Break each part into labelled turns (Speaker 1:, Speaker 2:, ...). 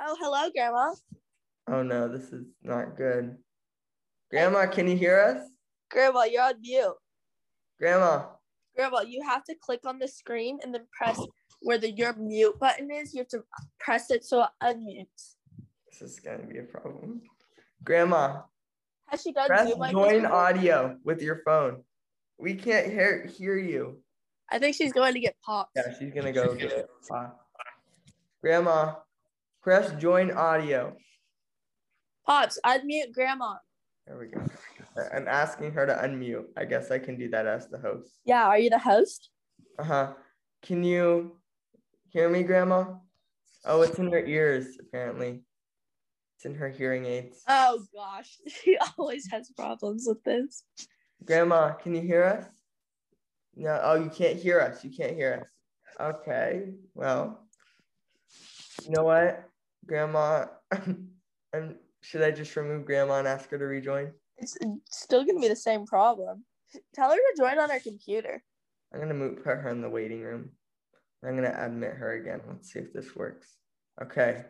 Speaker 1: Oh, hello, Grandma.
Speaker 2: Oh no, this is not good. Grandma, can you hear us?
Speaker 1: Grandma, you're on mute.
Speaker 2: Grandma.
Speaker 1: Grandma, you have to click on the screen and then press where the your mute button is. You have to press it so it unmutes.
Speaker 2: This is gonna be a problem. Grandma,
Speaker 1: Has she done
Speaker 2: press
Speaker 1: Zoom like this
Speaker 2: join
Speaker 1: before?
Speaker 2: audio with your phone. We can't hear hear you.
Speaker 1: I think she's going to get popped.
Speaker 2: Yeah, she's gonna go get it. Bye. Grandma, press join audio.
Speaker 1: Pops, unmute Grandma.
Speaker 2: There we go. I- I'm asking her to unmute. I guess I can do that as the host.
Speaker 1: Yeah, are you the host?
Speaker 2: Uh huh. Can you hear me, Grandma? Oh, it's in her ears, apparently. It's in her hearing aids.
Speaker 1: Oh gosh, she always has problems with this.
Speaker 2: Grandma, can you hear us? No, oh, you can't hear us. You can't hear us. Okay, well, you know what, Grandma? um, should I just remove Grandma and ask her to rejoin?
Speaker 1: It's still gonna be the same problem. Tell her to join on her computer.
Speaker 2: I'm gonna move put her in the waiting room. I'm gonna admit her again. Let's see if this works. Okay.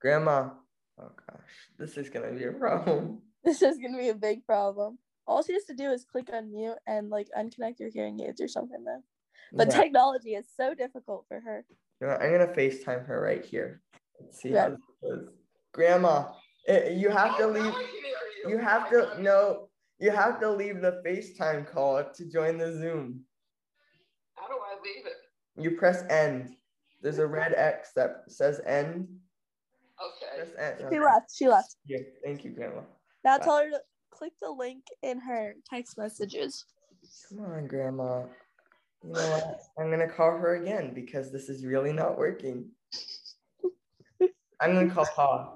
Speaker 2: Grandma. Oh gosh, this is gonna be a problem.
Speaker 1: This is gonna be a big problem. All she has to do is click unmute and like unconnect your hearing aids or something though. But
Speaker 2: Yeah.
Speaker 1: technology is so difficult for her.
Speaker 2: You know what, I'm gonna FaceTime her right here. Let's see
Speaker 1: Yeah.
Speaker 2: how this goes. Grandma, eh, you have
Speaker 3: Oh,
Speaker 2: to leave. You have to no. You have to leave the FaceTime call to join the Zoom.
Speaker 3: How do I leave it?
Speaker 2: You press end. There's a red X that says end.
Speaker 3: Okay.
Speaker 2: Press end.
Speaker 1: She
Speaker 2: Okay.
Speaker 1: left. She left.
Speaker 2: Yeah, Thank you, Grandma.
Speaker 1: Now
Speaker 2: Bye.
Speaker 1: tell her to click the link in her text messages.
Speaker 2: Come on, Grandma. You know what? I'm gonna call her again because this is really not working. I'm gonna call Pa.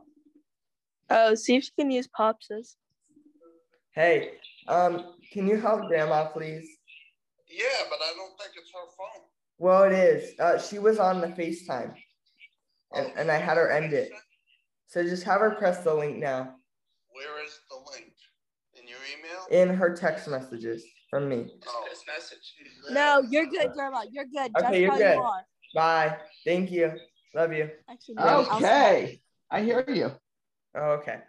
Speaker 1: Oh, see if she can use Pops's.
Speaker 2: Hey, um, can you help Grandma, please?
Speaker 3: Yeah, but I don't think it's her phone.
Speaker 2: Well, it is. Uh, she was on the FaceTime, and,
Speaker 3: Oh,
Speaker 2: and I had her end it. So just have her press the link now
Speaker 3: Where is the link? In your email? Oh.
Speaker 2: in her text messages from me.
Speaker 3: This message.
Speaker 1: No, you're good, Grandma. You're good.
Speaker 2: Okay,
Speaker 1: Just
Speaker 2: you're
Speaker 1: how
Speaker 2: good.
Speaker 1: you are.
Speaker 2: Bye. Thank you. Love you.
Speaker 1: Actually, no, I'll-
Speaker 4: Okay, I hear you.
Speaker 2: Oh, okay.